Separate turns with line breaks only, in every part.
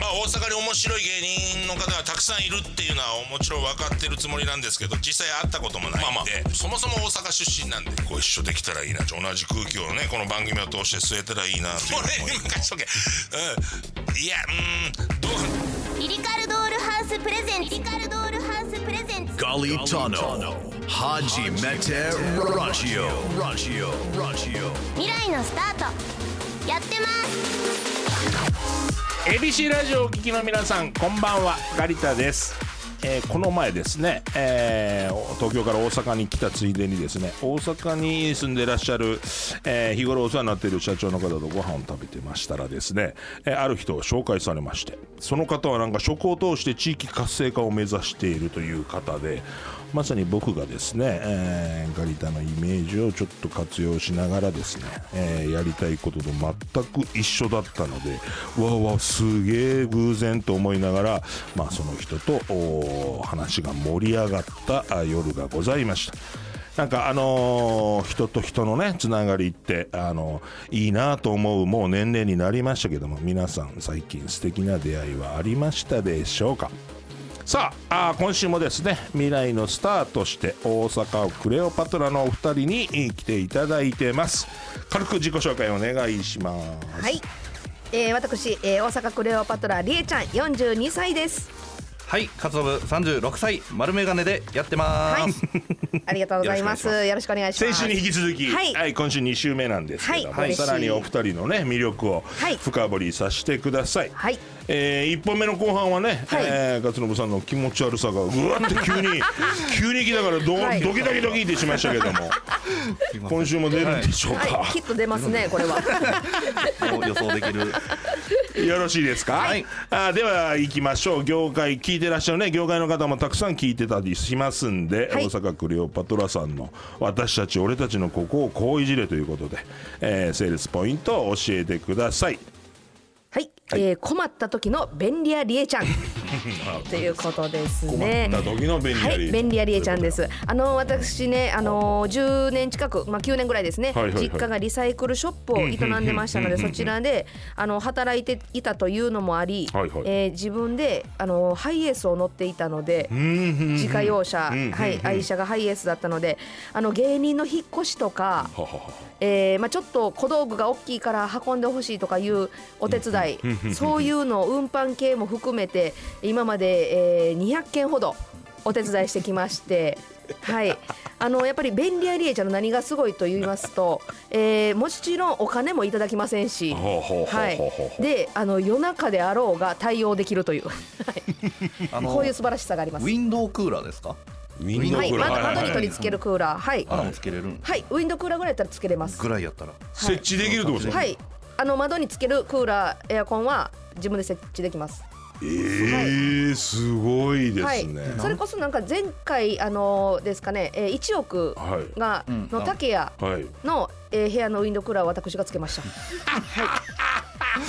あ大阪に面白い芸人の方がたくさんいるっていうのはもちろん分かってるつもりなんですけど実際会ったこともないんで、
まあま
そもそも大阪出身なんでご一緒できたらいいな同じ空気をねこの番組を通して吸えたらいいなっていう
これ
思い
任しとけ
うんいやうんどう
リリカルドールハウスプレゼンツリリカルドールハウスプレゼンツ
Galitano Haji Mete Raggio Raggio Raggio
未来のスタートやってます
エビシラジオをお聞きの皆さんこんばんはガリタです、えーこの前ですね、えー東京から大阪に来たついでにですね大阪に住んでらっしゃる、えー日頃お世話になっている社長の方とご飯を食べてましたらですね、えーある人を紹介されましてその方はなんか食を通して地域活性化を目指しているという方でまさに僕がですね、えーガリタのイメージをちょっと活用しながらですね、えーやりたいことと全く一緒だったのでうわうわすげえ偶然と思いながら、まあ、その人とおー話が盛り上がったあ夜がございました。なんかあのー人と人のねつながりって、あのーいいなと思うもう年齢になりましたけども皆さん最近素敵な出会いはありましたでしょうかさああー今週もですね未来のスターとして大阪をクレオパトラのお二人にえー来ていただいてます軽く自己紹介お願いします
はい、えー、私、えー、大阪クレオパトラりえちゃん42歳 です
はい、カツオブ三十六歳丸メガネでやってま
はい
ーす。
ありがとうございますよろしくお願いしま
先
す
週に引き続き、は
はいい
今週2週目なんですけども、
はい嬉しい
さらにお二人のね魅力を
はい
深掘りさせてください、
はい
えー、1本目の後半はね、
はい
えー勝信さんの気持ち悪さがうわって急 に急に来たからど、
はい
ドキドキドキってしましたけども今週も出るんでしょうか、
はいきっと出ますねこれは
もう予想できる。
よろしいですか、
はい
あーでは行きましょう業界聞いてらっしゃるね業界の方もたくさん聞いてたりしますんで、
はい
大阪クレオパトラさんの「私たち俺たちのここをこういじれ」ということで、えーセールスポイントを教えてください
はい、えー、困った時の便利屋り えちゃんということですね
困った時の便利
は
屋りえちゃん
い、便利屋りえちゃんです。あの私ね、あの10年近く、まあ9年ぐらいですね、
はいはいはい
実家がリサイクルショップを営んでましたので、そちらであの働いていたというのもあり、
はいはい
えー自分であのハイエースを乗っていたので、自家用車、はい、愛車がハイエースだったので、あの芸人の引っ越しとか、
ははは
えーまあ、ちょっと小道具が大きいから運んでほしいとかいうお手伝いそういうのを運搬系も含めて今まで、えー200件ほどお手伝いしてき まして。はい、あのやっぱり便利アリエちゃんの何がすごいと言いますと、えーもちろんお金もいただきませんし、
ほうほうほうほうほう
はい、であの夜中であろうが対応できるという、
あ
はい、
の
こういう素晴らしさがあります
ウ。ィンドウクーラーですか？
ウィンドウ
はい、
クーラー
窓
はい
窓
はい
に
は
取
い
り付けるクーラー、はい、
あのつけれるん
はい、ウィンドウクーラーぐらいやったらつけれます
ぐ。らいやったら。
設置できるってことですね、
はい、あの窓につけるクーラー、エアコンは自分で設置できます。
えー、すごいですね、
はい、それこそなんか前回あのですかね、えー、1億
はい
が
うん
の竹谷
はい
の、えー部屋のウィンドウクーラーを私がつけました。 はい。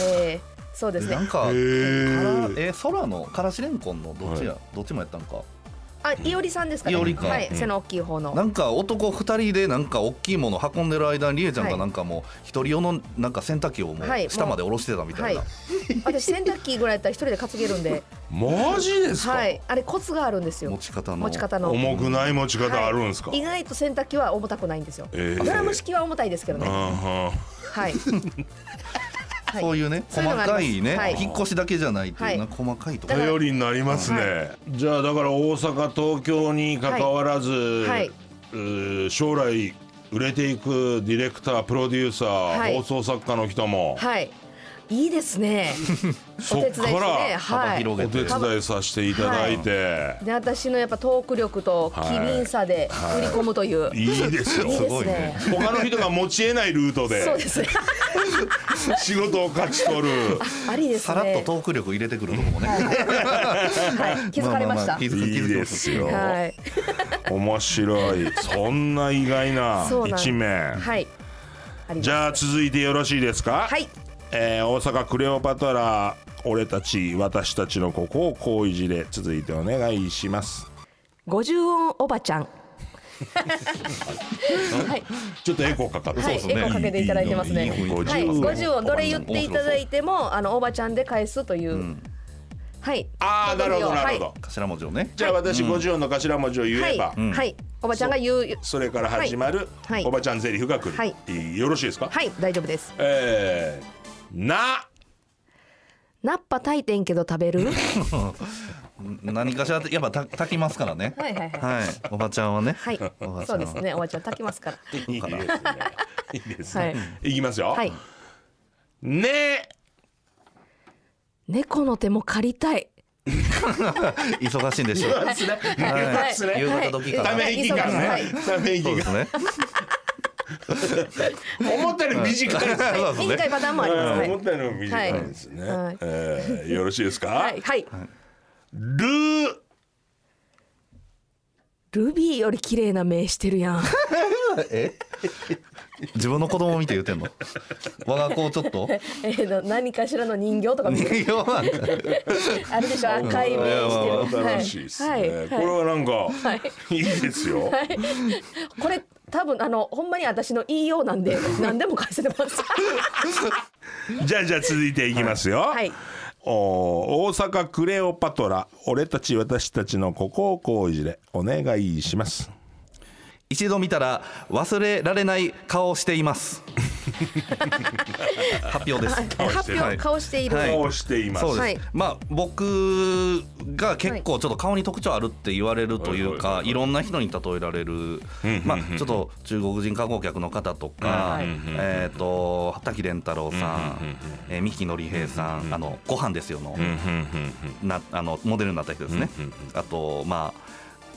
えー、そうです
な
ね
ん。か、
へ
え
ー
ー、空のからしれんこんのどっちや、どっちもやったんか。
あ、いおりさんですかね。
いおりか
はい、
うん
背の大きい方の。
なんか男二人でなんか大きいもの運んでる間にりえちゃん
は
が
い
なんかもう一人用のなんか洗濯機をも
はいう
下まで下ろしてたみた
はいい
な。。
私洗濯機ぐらいやったら一人で担げるんで、
マジですか、
はい。あれコツがあるんですよ。
持ち方の
持ち方の。
重くない持ち方あるんですか、
はい意外と洗濯機は重たくないんですよ。
えー
ドラム式は重たいですけどね。
あ
はい。はい
そういうね
そうい
細
うのがありま
か
す
いね、
はい
引っ越しだけじゃないっていう、
はい
なんか細かいとこ
だから
ろ
頼りになりますね、じゃあだから大阪東京に関わらず、
はい
えー将来売れていくディレクタープロデューサー、
はい
放送作家の人も、
はい。いいですね。
そっか
お手伝いしてね
ら
幅
はい。
広
お
げて、
手伝いさせていただいて、
で私のやっぱトーク力と機敏さで売り込むという。
い、いですよ
いいです
ご
ね
いね。
他の人が持ち得ないルート
そうで
です
ね。
仕事を勝ち取る
ありですね。
さらっとトーク力入れてくるとこもね、
はい。気づかれまし
ああ
た
あ。気づ
いい
気づき
で
ます
よ、
はい。
面白いそんな意外な
そうなん
一面
はい。あります
じゃあ続いてよろしいですか
はい。
えー大阪クレオパトラ俺たち私たちのここをこういじれ続いてお願いします
五十音おばちゃ ん。はい。
ちょっとエコーかかって
はい。エ
そ
コ
うですね
ーかけていただいてますね。
いいいい
はい。
50音
五十音どれ言っていただいてもあのおばちゃんで返すという。はい
ああなるほどなるほど、
はい
頭文字をね
じゃあ私50音の頭文字を言えば、
はい、はいおばちゃんが言う
それから始まる
はいはい
おばちゃんゼリフが来る、
はい
いいよろしいですか、
はい大丈夫です
えー、な
ナッパ炊いてんけど食べる
何かしらやっぱた炊きますからね
はいはいはい
はいおばちゃんはね
はい
おばちゃんは
そうですねおばちゃん炊きますから
いいですねいいです
はい
ね、い、きますよ、
はい
ね
猫の手も借りたい
忙しいんでしょう
ですね
は
ですね
夕方時か
た
ら
め息が
は
ね
い
ため息
そうです
が
ね
思ったより短いですね
そうですね
短いパターンもありま
う
す
ん思
ね
ったより短いですね、
はい
えーよろしいですか、
はいはい
ルー
ルビーより綺麗な目してるやん
え自分の子供見て言ってんの我が子をちょっと
えーの何かしらの人形とか見てる
いやまあ
あるでしょ赤い目してる
新しいですね、
はい
これ
はい
はなんか、い、いですよ、
これ多分あのほんまに私の言いようなんで何でも返せてます
じゃあじゃあ続いていきますよ、
はい
お大阪クレオパトラ俺たち私たちのここをこういじれお願いします
一度見たら忘れられない顔をしています 発表です
発表顔している、
はい
こうしています
そうです、
はい
まあ僕が結構ちょっと顔に特徴あるって言われるというか、い、ろんな人に例えられる、まあちょっと中国人観光客の方とか、
はい
えっ、と滝蓮太郎さん、えー三木のり平さん、あのご飯ですよの、なあのモデルになった人ですね、あとまあ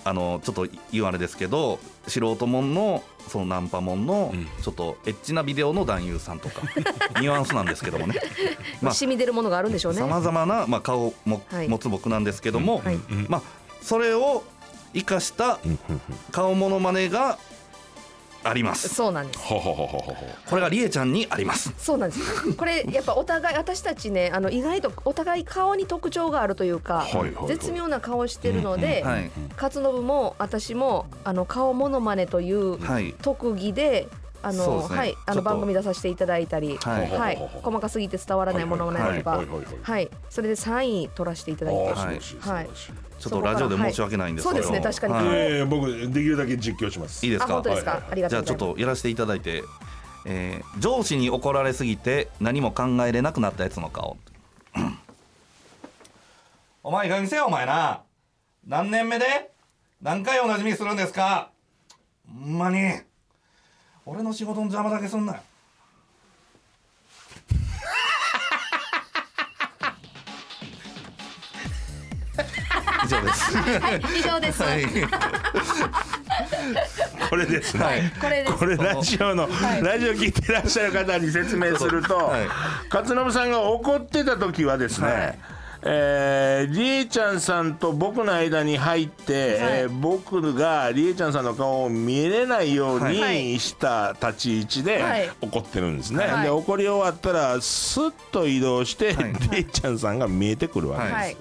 あのちょっと言うあれですけど素人もんのそのナンパもんのちょっとエッチなビデオの男優さんと かニュアンスなんですけどもね、 まあ、
染み出るものがあるんでしょうね
さまざまな、まあ、顔も、
はい
持つ僕なんですけども、
はい
まあ、それを生かした顔モノマネがあります
そうなんです
ほほほほほほ
これがりえちゃんにあります
そうなんですこれやっぱお互い私たちねあの意外とお互い顔に特徴があるというか、
はいはいはい
絶妙な顔してるので、
はい、
勝信も私もあの顔モノマネという
はい
特技で。あ
そう
の
ですね
はい、あ
ち
の
ょっと
番組出させていただいたり、は
はいい
細かすぎて伝わらないものまねとか、
は
はい
はいはいはい
それで3位取らせていただい
あ
た
あ素晴
は
ら
い
しい素晴
はい
らしい、
ちょっとラジオで申し訳ないんですけど
そうですね確かに
はい
えー僕できるだけ実況します
いいです
あ
か
本当ですか、
はいはい
ありが
じ
と
ゃ
う
あ
ご
ち
ざいます
ょっとやらせていただいて、えー上司に怒られすぎて何も考えれなくなったやつの顔 お前いい加減にせよお前な何年目で何回同じみするんですかほんまに俺の仕事の邪魔だけすんなよ以上です。
以上です、
はい、
これですね、
はい
これです
これラジオの、ラジオ聞いてらっしゃる方に説明すると、
はい
勝信さんが怒ってた時はですね、
はい
えーりえちゃんさんと僕の間に入って、
はい
えー僕がりえちゃんさんの顔を見れないよう
はい
にした立ち位置で
はい
怒ってるんですね、
はい
で怒り終わったらスッと移動して、
はい
りえちゃんさんが見えてくるわけです、
は
はいい、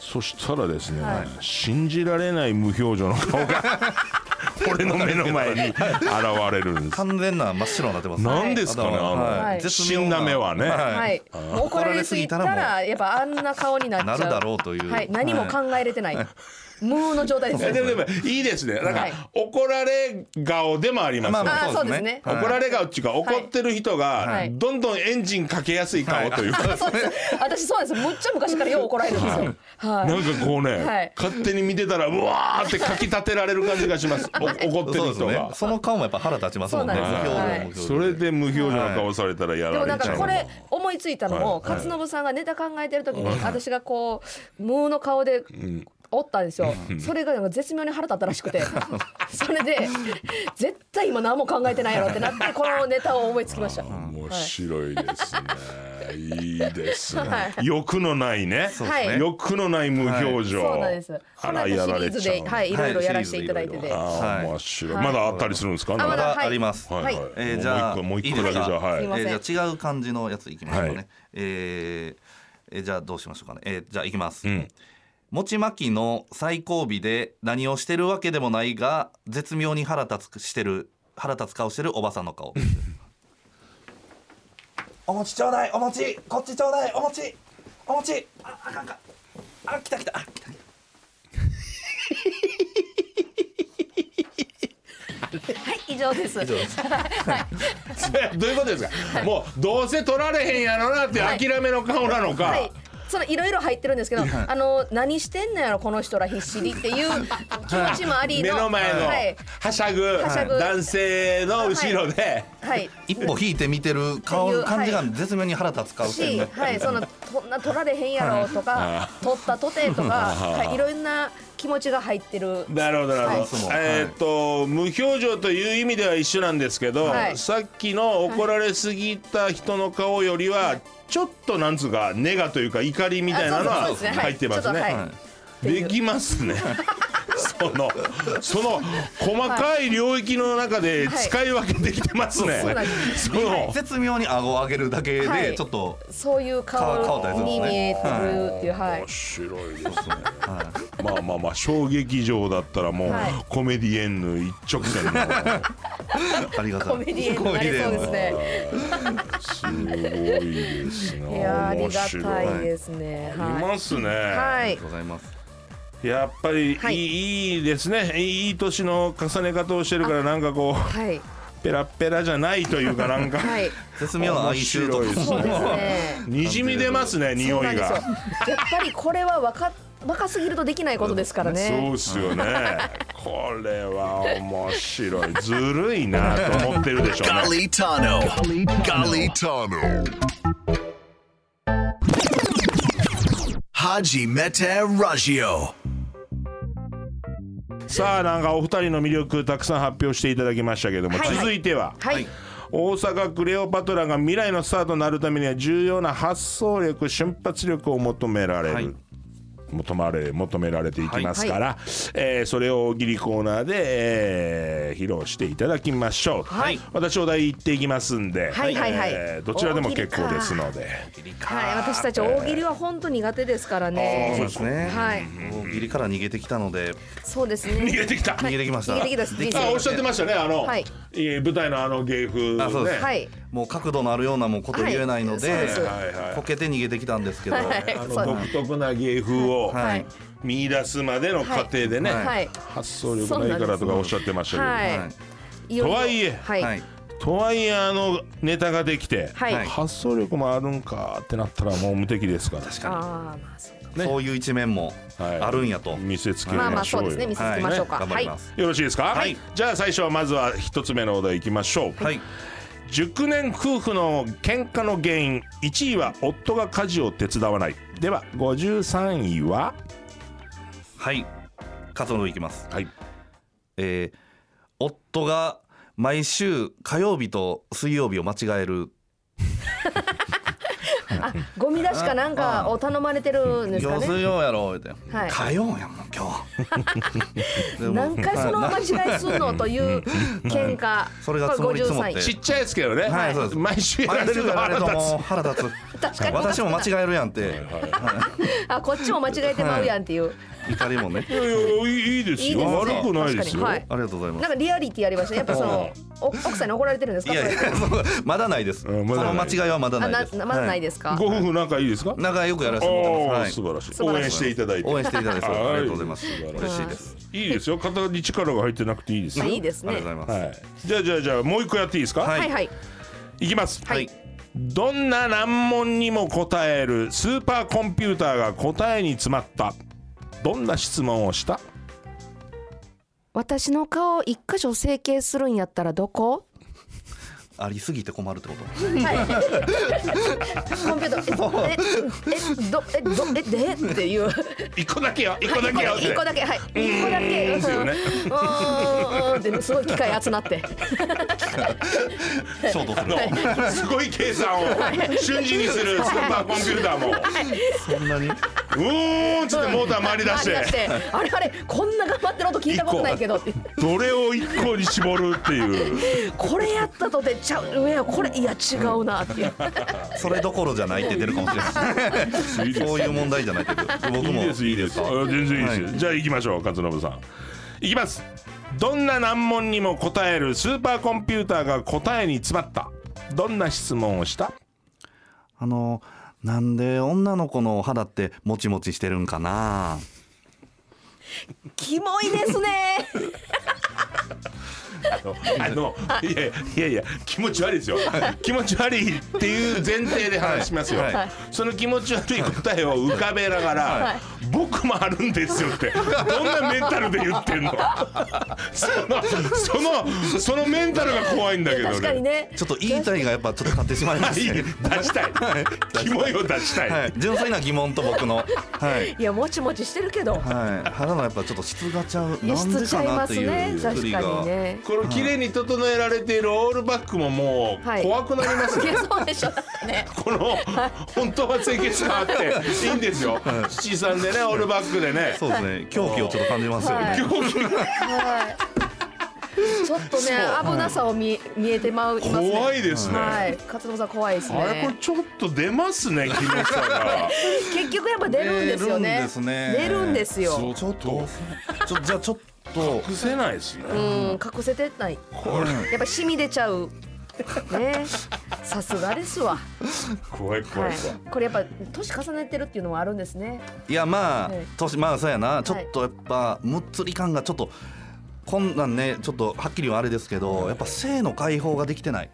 そしたらですね、
はい
信じられない無表情の 顔が俺の目の前に現れるんです
完全な真っ白になってます。
なんですかね、
頭が
あ
は
の、
い
死んだ目はね、
はい、もう怒られすぎた
怒られすぎた
らやっぱあんな顔になっちゃう
なるだろうという
はい、何も考えれてない、無の状態です
え
よ
でもでもいいですねなんか、
はい
怒られ顔でもあります、
まあ
あ
ま
ー
あ
そ
そうう
で
ですす
ね
ね。
は
怒られ顔っていうか怒ってる人が
い
どんどんエンジンかけやすい顔というか、
そうです私そうなんですよむっちゃ昔からよう怒られるんですよは い、
なんかこうね、
はい
勝手に見てたらうわーってかき立てられる感じがしますお怒って
そ
る
うです
人
ね
が。
その顔もやっぱ腹立ちますもんね。
そうなんですよはい
無表情
それで無表情の顔されたらや
で
ら
も
れ
なん
ち
か
ゃう
こ
の
れ思いついたのも、
はいはい
勝信さんがネタ考えてる時に、私がこう無の顔でおったんですよ、それがなんか絶妙に腹立ったらしくて それで絶対今何も考えてないやろってなってこのネタを思いつきましたは
面白いですね。いいですね
はい。
欲のないね。
そうです
は
ね。
い
欲のない無表情。
そうなんです
あ
この
ら
間
や
シリ
ら
ー
れ
ズ
ちゃう
で、
の。
はい、いろいろ
はい
やらせていただいてて、
あ
はい
ー面白い。
はい
まだあったりするんですか。
あ
ま
だ
だ
はい
あります。
はいはい。
えーじゃ
もう一
あ
個もう一
い
個
い
だ
で
け
す
じゃ
か
あはい
すいま。せん
えーじゃあ違う感じのやついきましょうね。
はい
えーえーじゃあどうしましょうかね。えーじゃあいきます。
ん
餅巻きの最後尾で何をしてるわけでもないが絶妙に腹立つしてる腹立つ顔してるおばさんの顔。お餅ちょうだいお餅こっちちょうだいお餅お餅ああかんかあ来た来たあ来た来た
以上です。
以上です
どういうことですかもうどうせ取られへんやろなって
はい
諦めの顔なのか、
はい。そのいろいろ入ってるんですけど、あの何してんのやろこの人ら必死にっていう気持ちもあり
目
の、
の前の
はい、
はしゃぐ
はしゃぐ
男性の後ろで、
はい、
一歩引いて見てる顔
っていう
の感じが
はい
絶妙に腹立つ顔してる
し、
ね
はい、そのそんな取られへんやろとか、取ったとてとか、はい、いろんな気持ちが入ってる。
なるほどなるほど、
はい
えーっと無表情という意味では一緒なんですけど、
はい
さっきの怒られすぎた人の顔よりは、ちょっとなんつうかネガというか怒りみたいなの
あ
は
そうそうそうですねはい
入ってますね、
ちょっとはい
はい
できますねそのその細かい領域の中で
はい
使い分けできてますね、
そうなんです
その
絶妙に顎を上げるだけ
は
で
い
ちょっと、
そういう
顔
顔
顔大事ですね
に見えてるっていう、はい
面。白いですね。まあまあまあ小劇場だったらもう、
はい
コメディエンヌ一直線の
ありがたい
コメディエンになりそうですね。
すごいです
いやー、あ
ね。
り
面
が
白い。
たいですね。
い
は
ますね。
い。はい
ありがとう。ございます
やっぱりいい,、、
はいい
いですね。いい年の重ね方をしてるからなんかこう
はい。
ペラッペラじゃないというかなんか、
はい。
絶妙な哀愁と
面白いです
そうですね。
にじみ出ますね
そ
匂
うなん
い
ですよ
が。
やっぱりこれは若若すぎるとできないことですから
そう
ね。
ですよね。これは面白い。ずるい なと思ってるでしょうね。
Galitano. Galitano. Haji Mete Raggio.
さあなんかお二人の魅力たくさん発表していただきましたけども、
はい
続いては
はい。
大阪クレオパトラが未来のスターとなるためには重要な発想力瞬発力を求められる。
はい
求まれ求められていきますから、えーそれを大喜利コーナーで、えー披露していただきましょう、
はい
私お題言っていきますんで、
はいはいはい
えーどちらでも結構ですので
はい。私たち大喜利は本当苦手ですから
そうで
ね。
すね、
はい
もうギリから逃げてきたので
そうです
逃げ
ね。
てきた、
逃げてきました
逃げてきた
で
人
あ
生
おっしゃってましたねあの、
はい
えー舞台のあの芸風ね
あそうです
はい。
もう角度のあるようなもうこと言えないので,、
はいそうです
はいはい
こけて逃げてきたんですけど、
はい
あ
そう
の独特な芸風を
はい
見出すまでの過程でね、
はい
はい。
発想力ないからとかおっしゃってましたけど、
はい
はい
よ
とはいえ
はい。
はい
とはいえあのネタができて、
はい
はい
発想力もあるんかってなったらもう無敵ですから
確か
ああ、まあそうか。
に、そういう一面も
はい
あるんやと、
見せつけ
まあま
ま
あ
しょ
そうう
よ、
ですね。見せつけましょうか。
頑張
はい
りま。す、
よろしいですか、
はい
じゃあ最初はまずは一つ目のお題いきましょう、
はい
熟年夫婦の喧嘩の原因1位は夫が家事を手伝わないでは53位は
はい活動いきます、
はい
えー、夫が毎週火曜日と水曜日を間違える
ゴミ出しかなんかを頼まれてるんですか
用水
ね。
用やろ言うて、
はい
火曜やもん 今日でも
何回そのまま
はい
間違いすんのという喧嘩。
それが積もり積もって
これ53位
ちっちゃいですけどね、
はいそうです
毎週やら
毎
れ
週
ると
やられ
腹
ると
立つ
もう腹立
確
つ
かに
私も間違えるやんって
あ、こっちも間違えてまうやんっていう。
怒りもね
いやいやいいいいですよ
いいですね
悪くないですよ、
確かにはい
ありがとうございま
なん
す
かリアリティありましたね。やっぱそのお奥さんに怒られてるんです
い
か。
やいや
それ
そうまだないです、
うんまだない
その間違いはまだ
あ
ない
な
です、
まだないですすか。
ご夫婦なんかいいですか
はい、仲良くやらせてもらって
お
ま
お
す、
素
はい、
晴らしい応
素晴らしい
援していただいて
応援していただいてそう
はい
ありがとうございます
素晴らしい
嬉しいです
いいですよ肩に力が入ってなくていいですよ
まあいいです
ありがとう
ね。
ございます、
はい、じゃあじゃあじゃあもう一個やっていいですか、
は
はいい、
はいはい。
きます、
はい
どんな難問にも答えるスーパーコンピューターが答えに詰まったどんな質問をした
私の顔一箇所整形するんやったらどこ？
ありすぎて困るってこと
コンピューター。ええどえどえでっていう。
一個だけよ一個だけよって
一個だけはい。一個だけ。
ですよね
うんうんうんってすごい機械集まって。
ショートする
の すごい計算を瞬時にするスーパーコンピューターも
そんなに
うーんっつってモーター回り出し
回り出しててあれあれこんな頑張ってる音聞いたことないけどって。
どれを一個に絞るっていう
これやったとでちゃういやこれいや違うなっていう。
それどころじゃないって出るかもしれないそういう問題じゃないけど僕も
いいですいいです。あ全然いいですよ。
は
じゃあ行きましょう勝信さん。行きます。どんな難問にも答えるスーパーコ ンピューターが答えに詰まった。どんな質問をした？
あのなんで女の子のお肌ってもちもちしてるんかな
キモいですね
あのいやいやいや気持ち悪い ですよ気持ち悪いっていう前提で話しますよ、
はいはい
その気持ち悪い答えを浮かべながら、
はい
僕もあるんですよってどんなメンタルで言ってん のそのそのそのメンタルが怖いんだけどね
確かにね
ちょっと言いたいがやっぱちょっと買ってしまいま
はい
し
い
たね
出したいキモいを出したい、
はい、純粋な疑問と僕の、はい
いやもちもちしてるけど、
はい、肌のやっぱちょっと質がちゃう
いや
なんで
質ちゃ
か
い
な
ま
って
す
い
ね
う作
確
り
か
が
にね
この綺麗に整えられているオールバックもも
は
う
い
怖くなります
い
ね、
やそうでしょだってね
この本当は清潔感あっていいんですよ七三でねオールバックでね
そうですね狂気をちょっと感じますよね、
はい
狂気
はいちょっとね危なさを見見えてまういますね
怖いですね、
はい勝野さん怖いです
あれこれ
ね
ちょっと出ますね気持ちが
結局やっぱ出るんですよね
出るんですね
出るんですよ
ちょっと
ちょじゃあちょっと
隠せないですね
うん隠せてない
これ
やっぱ染み出ちゃうねさすがですわ、
怖い怖
はい
怖い、
い、これやっぱ年重ねてるっていうのもあるんですね
いやまあ、
はい
年まあそうやなちょっとやっぱむっつり感がちょっとこんなんねちょっとはっきりはあれですけどやっぱ性の解放ができて ない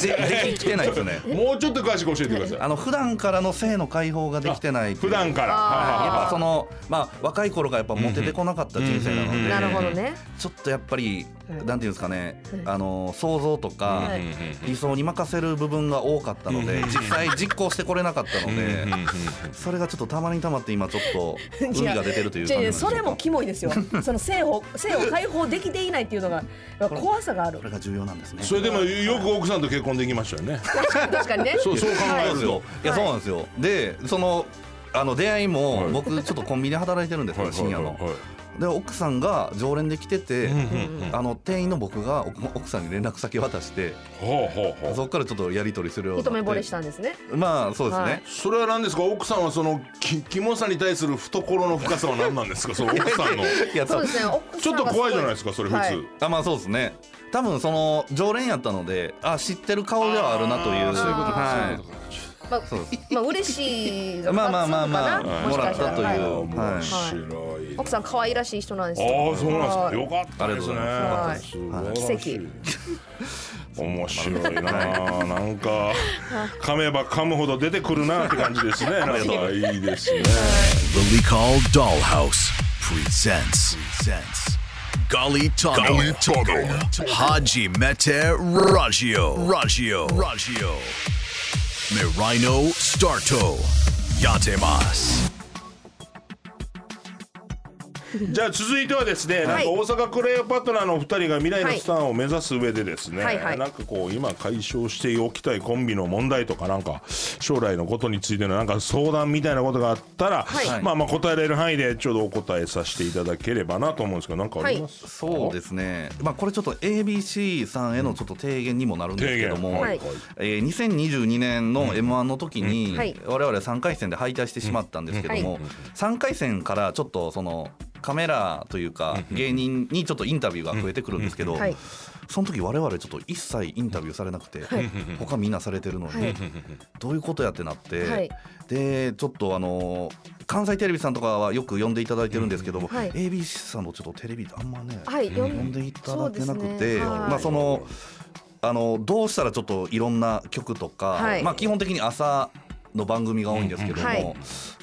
でできてないですよね
もうちょっと詳しく教えてください
あの普段からの性の解放ができてない
普段から
あー
やっ
は
ぱそのまあ若い頃がやっぱモテてこなかった人生な
う
ので、
んうんうん
なるほどね
ちょっとやっぱり、
はい
なんていうんですかね、
はい
あの想像とか、
はい
理想に任せる部分が多かったので、実際実行してこれなかったので、それがちょっとたまりにたまって今ちょっ と海が出てるという感
違う違
じなん
う
で
それもキモいです よその性を性を解放できていないっていうのがやっぱ怖さがある
これが重要なんですね
いそれでもよく奥さんと結婚できましたよね
確かにね
そうそう考
そう
え
なん
る
です
と、
よいやそうなんですよでそのあの出会いも、
はい
僕ちょっとコンビニで働いてるんですけど、深夜の、で奥さんが常連で来てて、あの店員の僕が奥奥さんに連絡先渡して
ほうほうほう
そこからちょっとやり取りするように
一
なって
目惚れしたんですね
まあそうですね、
はい
それは何ですか奥さんはそのきキモさに対する懐の深さは何なんですかその奥さんの
いや多
そう
分
ですね奥
ち
さ
ょ
ん
っ
が
と怖いじゃないですかそれ普通、
はい
あまあそうですね多分その常連やったのであ知ってる顔ではあるなという
そういうこと
はい
まあ
そうです
まあ嬉しいが
まあまあまあまあ
勝つのかな
もらっ
しかし
た
た
と
ら
いう
はい
は
面
い
白い、
奥さん可愛らしい人なんですよ
ああそうなん
は
で
い
すかよかったですね
り
あ
はい
とうございます
素晴らしい面白いななんか噛めば噛むほど出てくるなって感じですねなんかいいですね
Lily Call Dollhouse presents. presents Golly Tunnel. Haji Mete Raggio. Raggio. Raggio. Mirino Starto. Yatemas.
じゃあ続いてはですね、
はい
なんか大阪クレオパトラのお二人が未来のスターを目指す上でですね、
はいはいはい
なんかこう今解消しておきたいコンビの問題とかなんか将来のことについてのなんか相談みたいなことがあったら、
はい
まあまあ答えられる範囲でちょうどお答えさせていただければなと思うんですけどなんかあります、
そうですねまあこれちょっと ABC さんへのちょっと提言にもなるんです
提
け
言
ども、
はい
えー2022年の m 1の時に
はい
我々3回戦で敗退してしまったんですけども、
は
3回戦からちょっとそのカメラというか芸人にちょっとインタビューが増えてくるんですけど、
はい
その時我々ちょっと一切インタビューされなくて、
はい
他みんなされてるのに、
はい
どういうことやってなって、
はい
でちょっとあの関西テレビさんとかはよく呼んでいただいてるんですけども、
はい
ABC さんのちょっとテレビあんまね、
はい
呼
呼ん
んでいただけなく
そう
て、
ですねはい
まあその。あのどうしたらちょっといろんな曲とか、
はい
まあ基本的に朝の番組が多いんですけども、
はい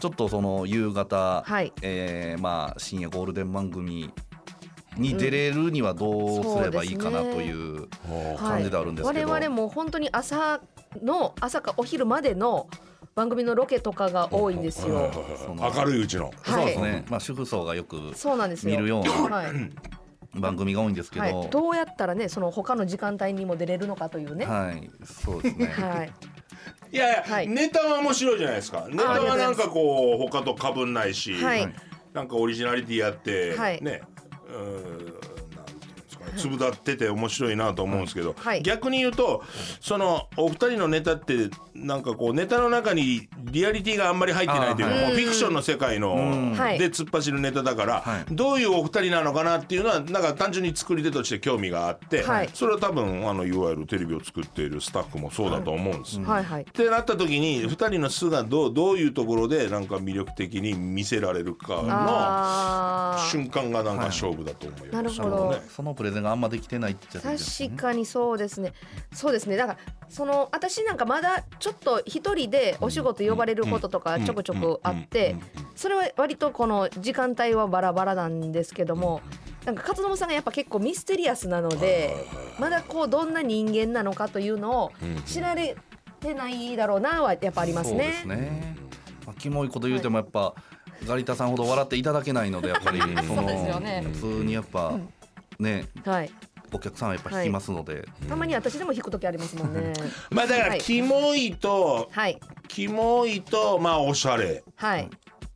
ちょっとその夕方、
はい
えーまあ深夜ゴールデン番組に出れるにはどうすればいいかなという感じではあるんですけど、
はい、我々も本当に朝の朝かお昼までの番組のロケとかが多いんです
はいはい
よ。
はい明るいうちの
そうです
はい
ね、まあ、主婦層がよく
そうなんですよ。
見るような
はい、
番組が多いんですけど、
は
はい
い、どうやったらね、その他の時間帯にも出れるのかというね。は
そうですね、
い、はい、
いやいや、
はい
ネタは面白いじゃないですかネタはなんかこう他とかぶんないし、
はい
なんかオリジナリティあって、
はい
ねうーんなんていうんですかね、粒立ってて面白いなと思うんですけど、
はい
逆に言うとそのお二人のネタってなんかこうネタの中にリアリティがあんまり入ってないというか
あーはい
もうフィクションの世界の
ん
はい
で突っ走るネタだから、
はい
どういうお二人なのかなっていうのはなんか単純に作り手として興味があって、
はい
それは多分あのいわゆるテレビを作っているスタッフもそうだと思うんです。
はいはい
っ。てなった時に2人の素がどうどういうところでなんか魅力的に見せられるか
あ
の
ー
瞬間がなんか勝負だと思います。
なるほ
そう
ど
ね。
そのプレゼンがあんまできてないって言っちゃってる
確かにそうですね。そうですね。だからその私なんかまだちょっと一人でお仕事呼ばれることとかちょこちょこあって、それは割とこの時間帯はバラバラなんですけども。なんか勝信さんがやっぱ結構ミステリアスなのでまだこうどんな人間なのかというのを知られてないだろうなはやっぱあります
そうです
ね。
ね。まあ、キモいこと言うてもやっぱ、ガリタさんほど笑っていただけないのでやっぱりそ
そう
の
ですよね
普通にやっぱ、ね
はい、
お客さんはやっぱ引きますので、
たまに私でも引く時ありますもんね。
まあだから
はい
キモいと
はい
キモいとまあおしゃれ
はい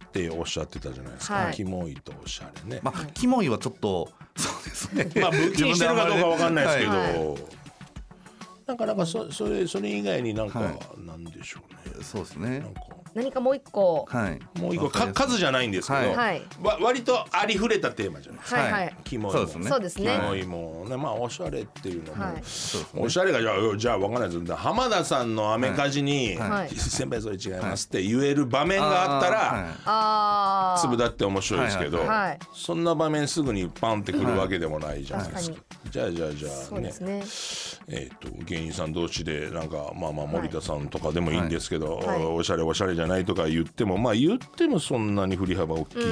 っておっしゃってたじゃないですか。
はい
キモいとおしゃれね。ま
まあキモいはちょっとそうですね。
あ武器にしてるかどうかわかんないですけど。
はい
なんかなんかそそれそれ以外になんか、
は
なんでしょうね。
そうです
な
ね
ん。か
何かもう一個
はい。
もう一個
わかり
か
やすい
数じゃないんですけど、
はい
はい
わ割とありふれたテーマじゃない。
はいは
はいい
キモいも
そうですね。
そうですね
キモいもんねまあおしゃれっていうのも、
はい
そうですね
おしゃれがじゃあじゃあ分かんないです浜田さんのアメカジに、
はい
はい
先輩それ違います」って言える場面があったら、
ああ
粒だって面白いですけど、
はい
はいはい
そんな場面すぐにパンってくるわけでもないじゃないですか。
はい
じゃあじゃあじゃ
そ
あ
う
ね
ですね。
えー、と芸人さん同士でなんかまあまあ森田さんとかでもいいんですけど、
はいはい
おしゃれおしゃれじゃないとか言ってもまあ言ってもそんなに振り幅大きい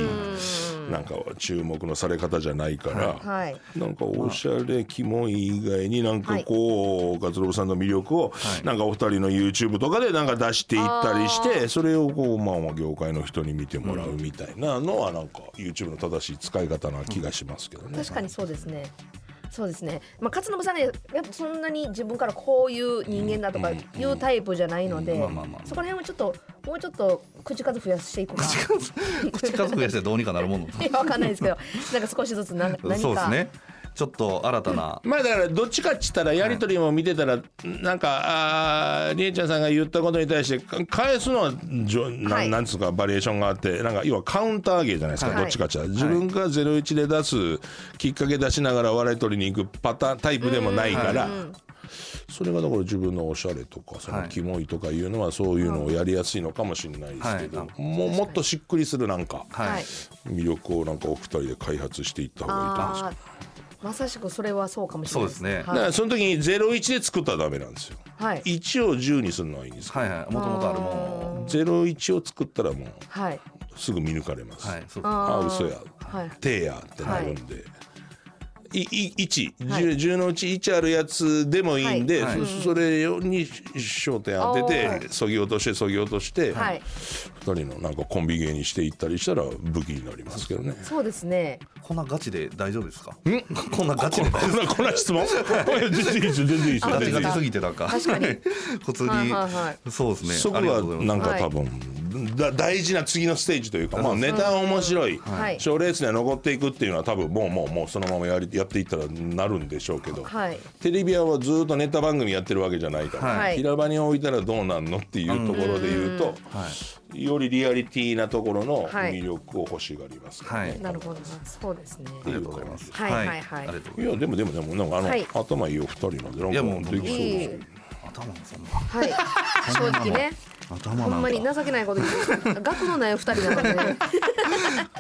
なんか注目のされ方じゃないから、
はい。
なんかおしゃれキモい以外になんかこう勝呂さんの魅力を
はい
なんかお二人の YouTube とかでなんか出していったりしてそれをこうまあ業界の人に見てもらうみたいなのはなんか YouTube の正しい使い方な気がしますけどね。
確かにそうですね。そうですね。まあ勝信さんね、やっぱそんなに自分からこういう人間だとかいうタイプじゃないので、
まあまあまあ
そこら辺はちょっともうちょっと口数増やしていくか。
口数増やしてどうにかなるもの。
いや わかんないですけど、なんか少しずつ何何か。
そうですね。ちょっと新たな。
まあだからどっちかっつったらやり取りも見てたらなんかあーりえちゃんさんが言ったことに対してか返すのはじょ
は
ないなんつうかバリエーションがあってなんか要はカウンター芸じゃないですか
はい
どっちかっつったら自分がゼロ一で出すきっかけ出しながら笑い取りに行くパターンタイプでもないから。それがだから自分のおしゃれとかその
はい
キモいとかいうのはそういうのをやりやすいのかもしれないですけど、
はい
もうもっとしっくりするなんか
は
はい
い。
魅力をなんかお二人で開発していった方がいいと思います。
ああ、まさしくそれはそうかもしれない
そうですね
だか
はい。
らその時に01で作ったらダメなんですよ。
はい。
1を10にするのはいいんですけど、
はいはい。もともとあるものを。
01を作ったらもう
はい。
すぐ見抜かれます。
はい。そう
ああ
ー
嘘や、
はい。
手やってなるんで。いい1、10, 10のうち1あるやつでもいいんで、
はい
そそれに焦点当てて、そぎ落としてそぎ落として、
は
二
い。
2人のなんかコンビ芸にしていったりしたら武器になりますけどね。
そうですね。
こんなガチで大丈夫ですか？ こんなガチで大丈夫
こんなこんな質問いや全然いいですよ全然いいですよ
ガチ
全然いい
ガ
です
チすぎてなんか
確 かに
普通に、
はいはいはい
そうですね
そこ
ありがとうご
が
ざいま
な
す
んか多分、だ大事な次のステージというか、まあ、ネタは面白い
はい
賞、レースには残っていくっていうのは多分もうもうもうそのままやりやっていったらなるんでしょうけど、
はい。
テレビ屋はずっとネタ番組やってるわけじゃないから、
はい
平場に置いたらどうなんのっていうところで言うと、よりリアリティなところの
はい
魅力を欲しがります、ね
はい
なるほどな。そうですね。
ありがとうございます
はいはいはい
ありがとうござい
いやでもでもでもなんかあの、
はい
頭いいお二人なんでなん
いや
か
もう
できそう
いい
です
ます頭がそん
は
な
い。正直ね。
頭なん
ほ
か
んまに情けないこと言う。額のないお二人なのでね。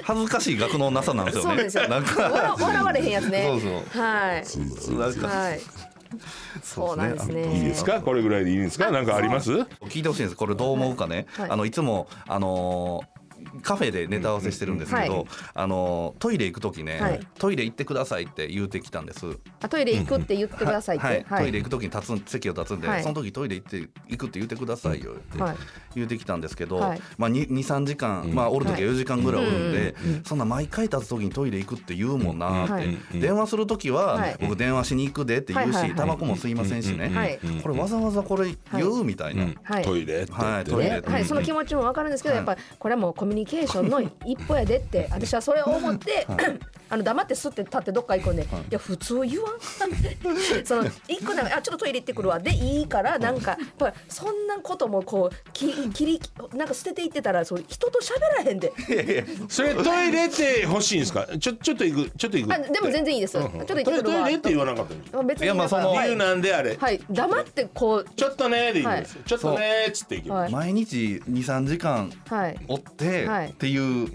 恥ずかしい額のなさなんですよね
そうなんですよ。
な
笑
んか
笑われへんやつね。
そうそ
はい。
うなんか、
はい。そうなんですね
あ
い
の
い
いいですかこれぐらいでいいんですかなんかあります
聞いてほしいんですこれどう思うかね、
はい
あのいつもあのーカフェでネタ合わせしてるんですけど、
はい
あのートイレ行く時ね、
はい
トイレ行ってくださいって言うてきたんです。
あトイレ行くって言ってくださいって。
はい
はい
トイレ行く時に立つ席を立つんで、
はい
その時トイレ行って行くって言ってくださいよって
はい
言ってきたんですけど、
はい
まあ、23時間、まあ、おる時は
はい
4時間ぐらいおるんで、そんな毎回立つ時にトイレ行くって言うもんなって、
はい
電話する時は、
はい
僕電話しに行くでって言うし、
はいはいはい
タバコも吸いませんしね、
はい
これわざわざこれ言うみたいな、
はい
トイレって言
は
っ
い
て
トイレ
ね
ねはい、その気持ちもわかるんですけど、や
は
っ
い
ぱこれはもうコミュニケーションの一歩やでって私はそれを思って、あの黙ってすって立ってどっか行くんで、い、や普通言わんその行くならあちょっとトイレ行ってくるわでいいからなんかやっぱそんなこともこうき切りなんか捨てていってたらそう人と喋らへんで
それトイレって欲しいんですかちょちょっと行くちょっと行く
あでも全然いいです、ちょっと行って
トイ
く
レ
る
トイ
わ
レって言わなかったんです
あ別に
いやまあその
なんか
理由
は
なんであれ、
い、はい、黙ってこ
ちょっとねーで言うんですよ、ちょっとねーっつって行き
う
ま
は
毎日23時間
いはい
おって
はい
っていう、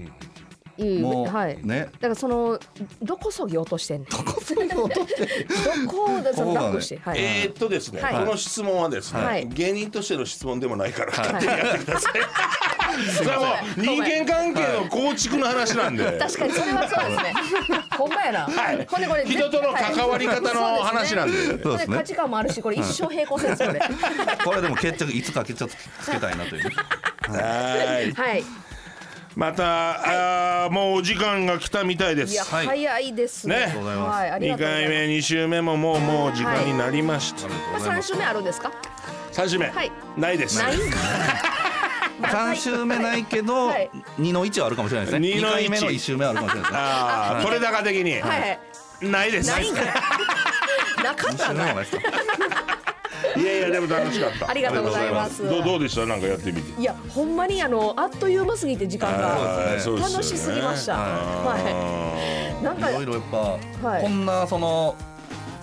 いい
もう、
はい
ね
だからそのどこそぎ落としてんのどこそぎ落として どこでその楽してはい、
えー、っとですね、
はい
この質問はですね、
はい
芸人としての質問でもないから、
はい
それはもう人間関係の構築の話なんで、
確かにそれはそうですね ほんまやな、
はい
ほんでこれ
人との関わり方の
はい
話なんで
そう
そ
すね
うです
ほん
ね
で価値観もあるしこれ一生平行線ですこれ
これでも決着いつか決着つけたいなという
はい
はい
また、あーもうお時間が来たみたいで
いや、
す
はい
早いです
ね
ね
ありがと
うございます
はい、あり
2
がとうござい
回
ます
目2週目ももうもう時間になりました、
これ三週目あるんですか
3週目、
はい
ないです
ないんか
3週目ないけど、
はい
2の1はあるかもしれないですね
2
2
の1
回目の1週目はあるかもしれないですね
ああ取れ高的に、
はいはい
ないです
ないんか なかっ
2週
た
目もない
な
ですか
いやいやでも楽しかった
ありがとうございます
どうどうでしたなんかやってみて
いやほんまにあのあっという間すぎて時間が
あーそうですよね
楽しすぎましたは
あ
いなんか
いろいろやっぱ、
はい
こんなその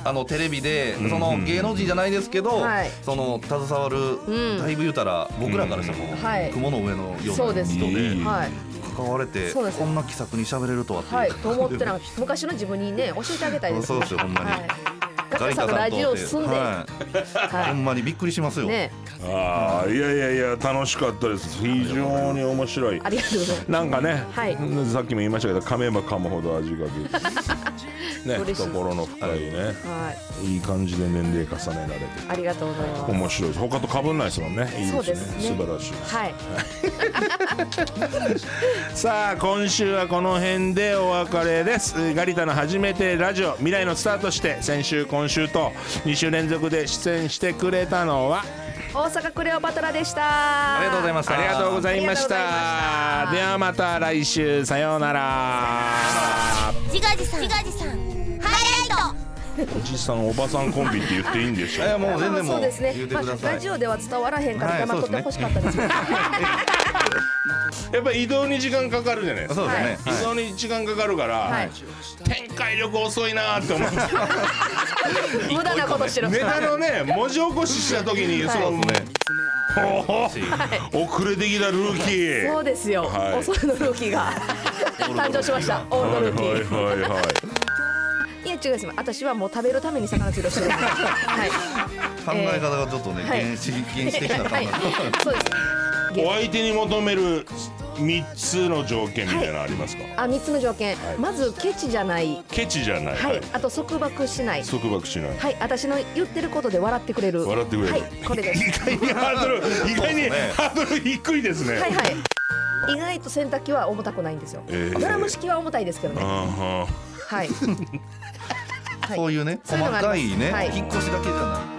あのテレビでその芸能人じゃないですけど、
はい
その携わる、
ん
だいぶ言うたら僕らからしても、
はい
雲の上のよ
そうう
な
です
人で
はい
関われて
そうです
こんな気さくに喋れるとはっていう、
はい、と思ってなかった昔の自分にね教えてあげたいです
そうですよほんまに、
はい
ガリ
高さ
ンカさん
ん
と
のラジオ住んで、
はい、ほ
は
んまにびっくりします
い、
よ、
ね
ーあーいやいやいや楽しかったです非常に面白い
ありがとうございます
なんかね、
はい
さっきも言いましたけど噛めば噛むほど味が 出るね
嬉しい
懐の深いね
はい、
いい感じで年齢重ねられて
ありがとうございます
面白いです他と被んないですもんねいい
そう
で
ですす
ね
ね
素晴らしいです
はい
さあ今週はこの辺でお別れですえーガリタの初めてラジオ未来のスタートして先週今週と2週連続で出演してくれたのは
大阪クレオパトラでした
ありがとうございました
ありがとうございました
あり
ではまた来週さようなら
ジガジさんジガジさんハイライト
おじさんおばさんコンビって言っていいんでしょ
いやもう全
まあ
然も
そううですね
言うて
ま
くだ
あ
さい、
ラジオでは伝わらへんか
は
ら
い
頑張っとってほしかったですね
やっぱ移動に時間かかるじゃないですか
そうですね、
移動に時間かかるから、
はい
展開力遅いなー って思って
無駄なことしてる
ネタのね文字起こしした時にその、ほほ遅れてきたルーキー
そうですよ、
はい
恐れのルーキーが誕生しましたオールド
はい
ルーキー
はいはいはい
いや違うんですよ私はもう食べるために魚釣りをしてるはい
考え方がちょっとね、
はい
原始原始的な考
は
え
い
方、
そうです
お相手に求める三つの条件みたいなのありますか、
あ三つの条件、まずケチじゃない
ケチじゃない、
はい、あと束縛しない
束縛しない
はい私の言ってることで笑ってくれる
笑ってくれる
はいこれです
意外にハードル意外に
そうね
ハードル低いですね、
はいはい意外と洗濯機は重たくないんですよ、
えー
ドラム式は重たいですけどね
あー
はい
そういうね
そう
細
いうのがあ
か
り
い
ます
ね、
はい
引っ越しだけじゃない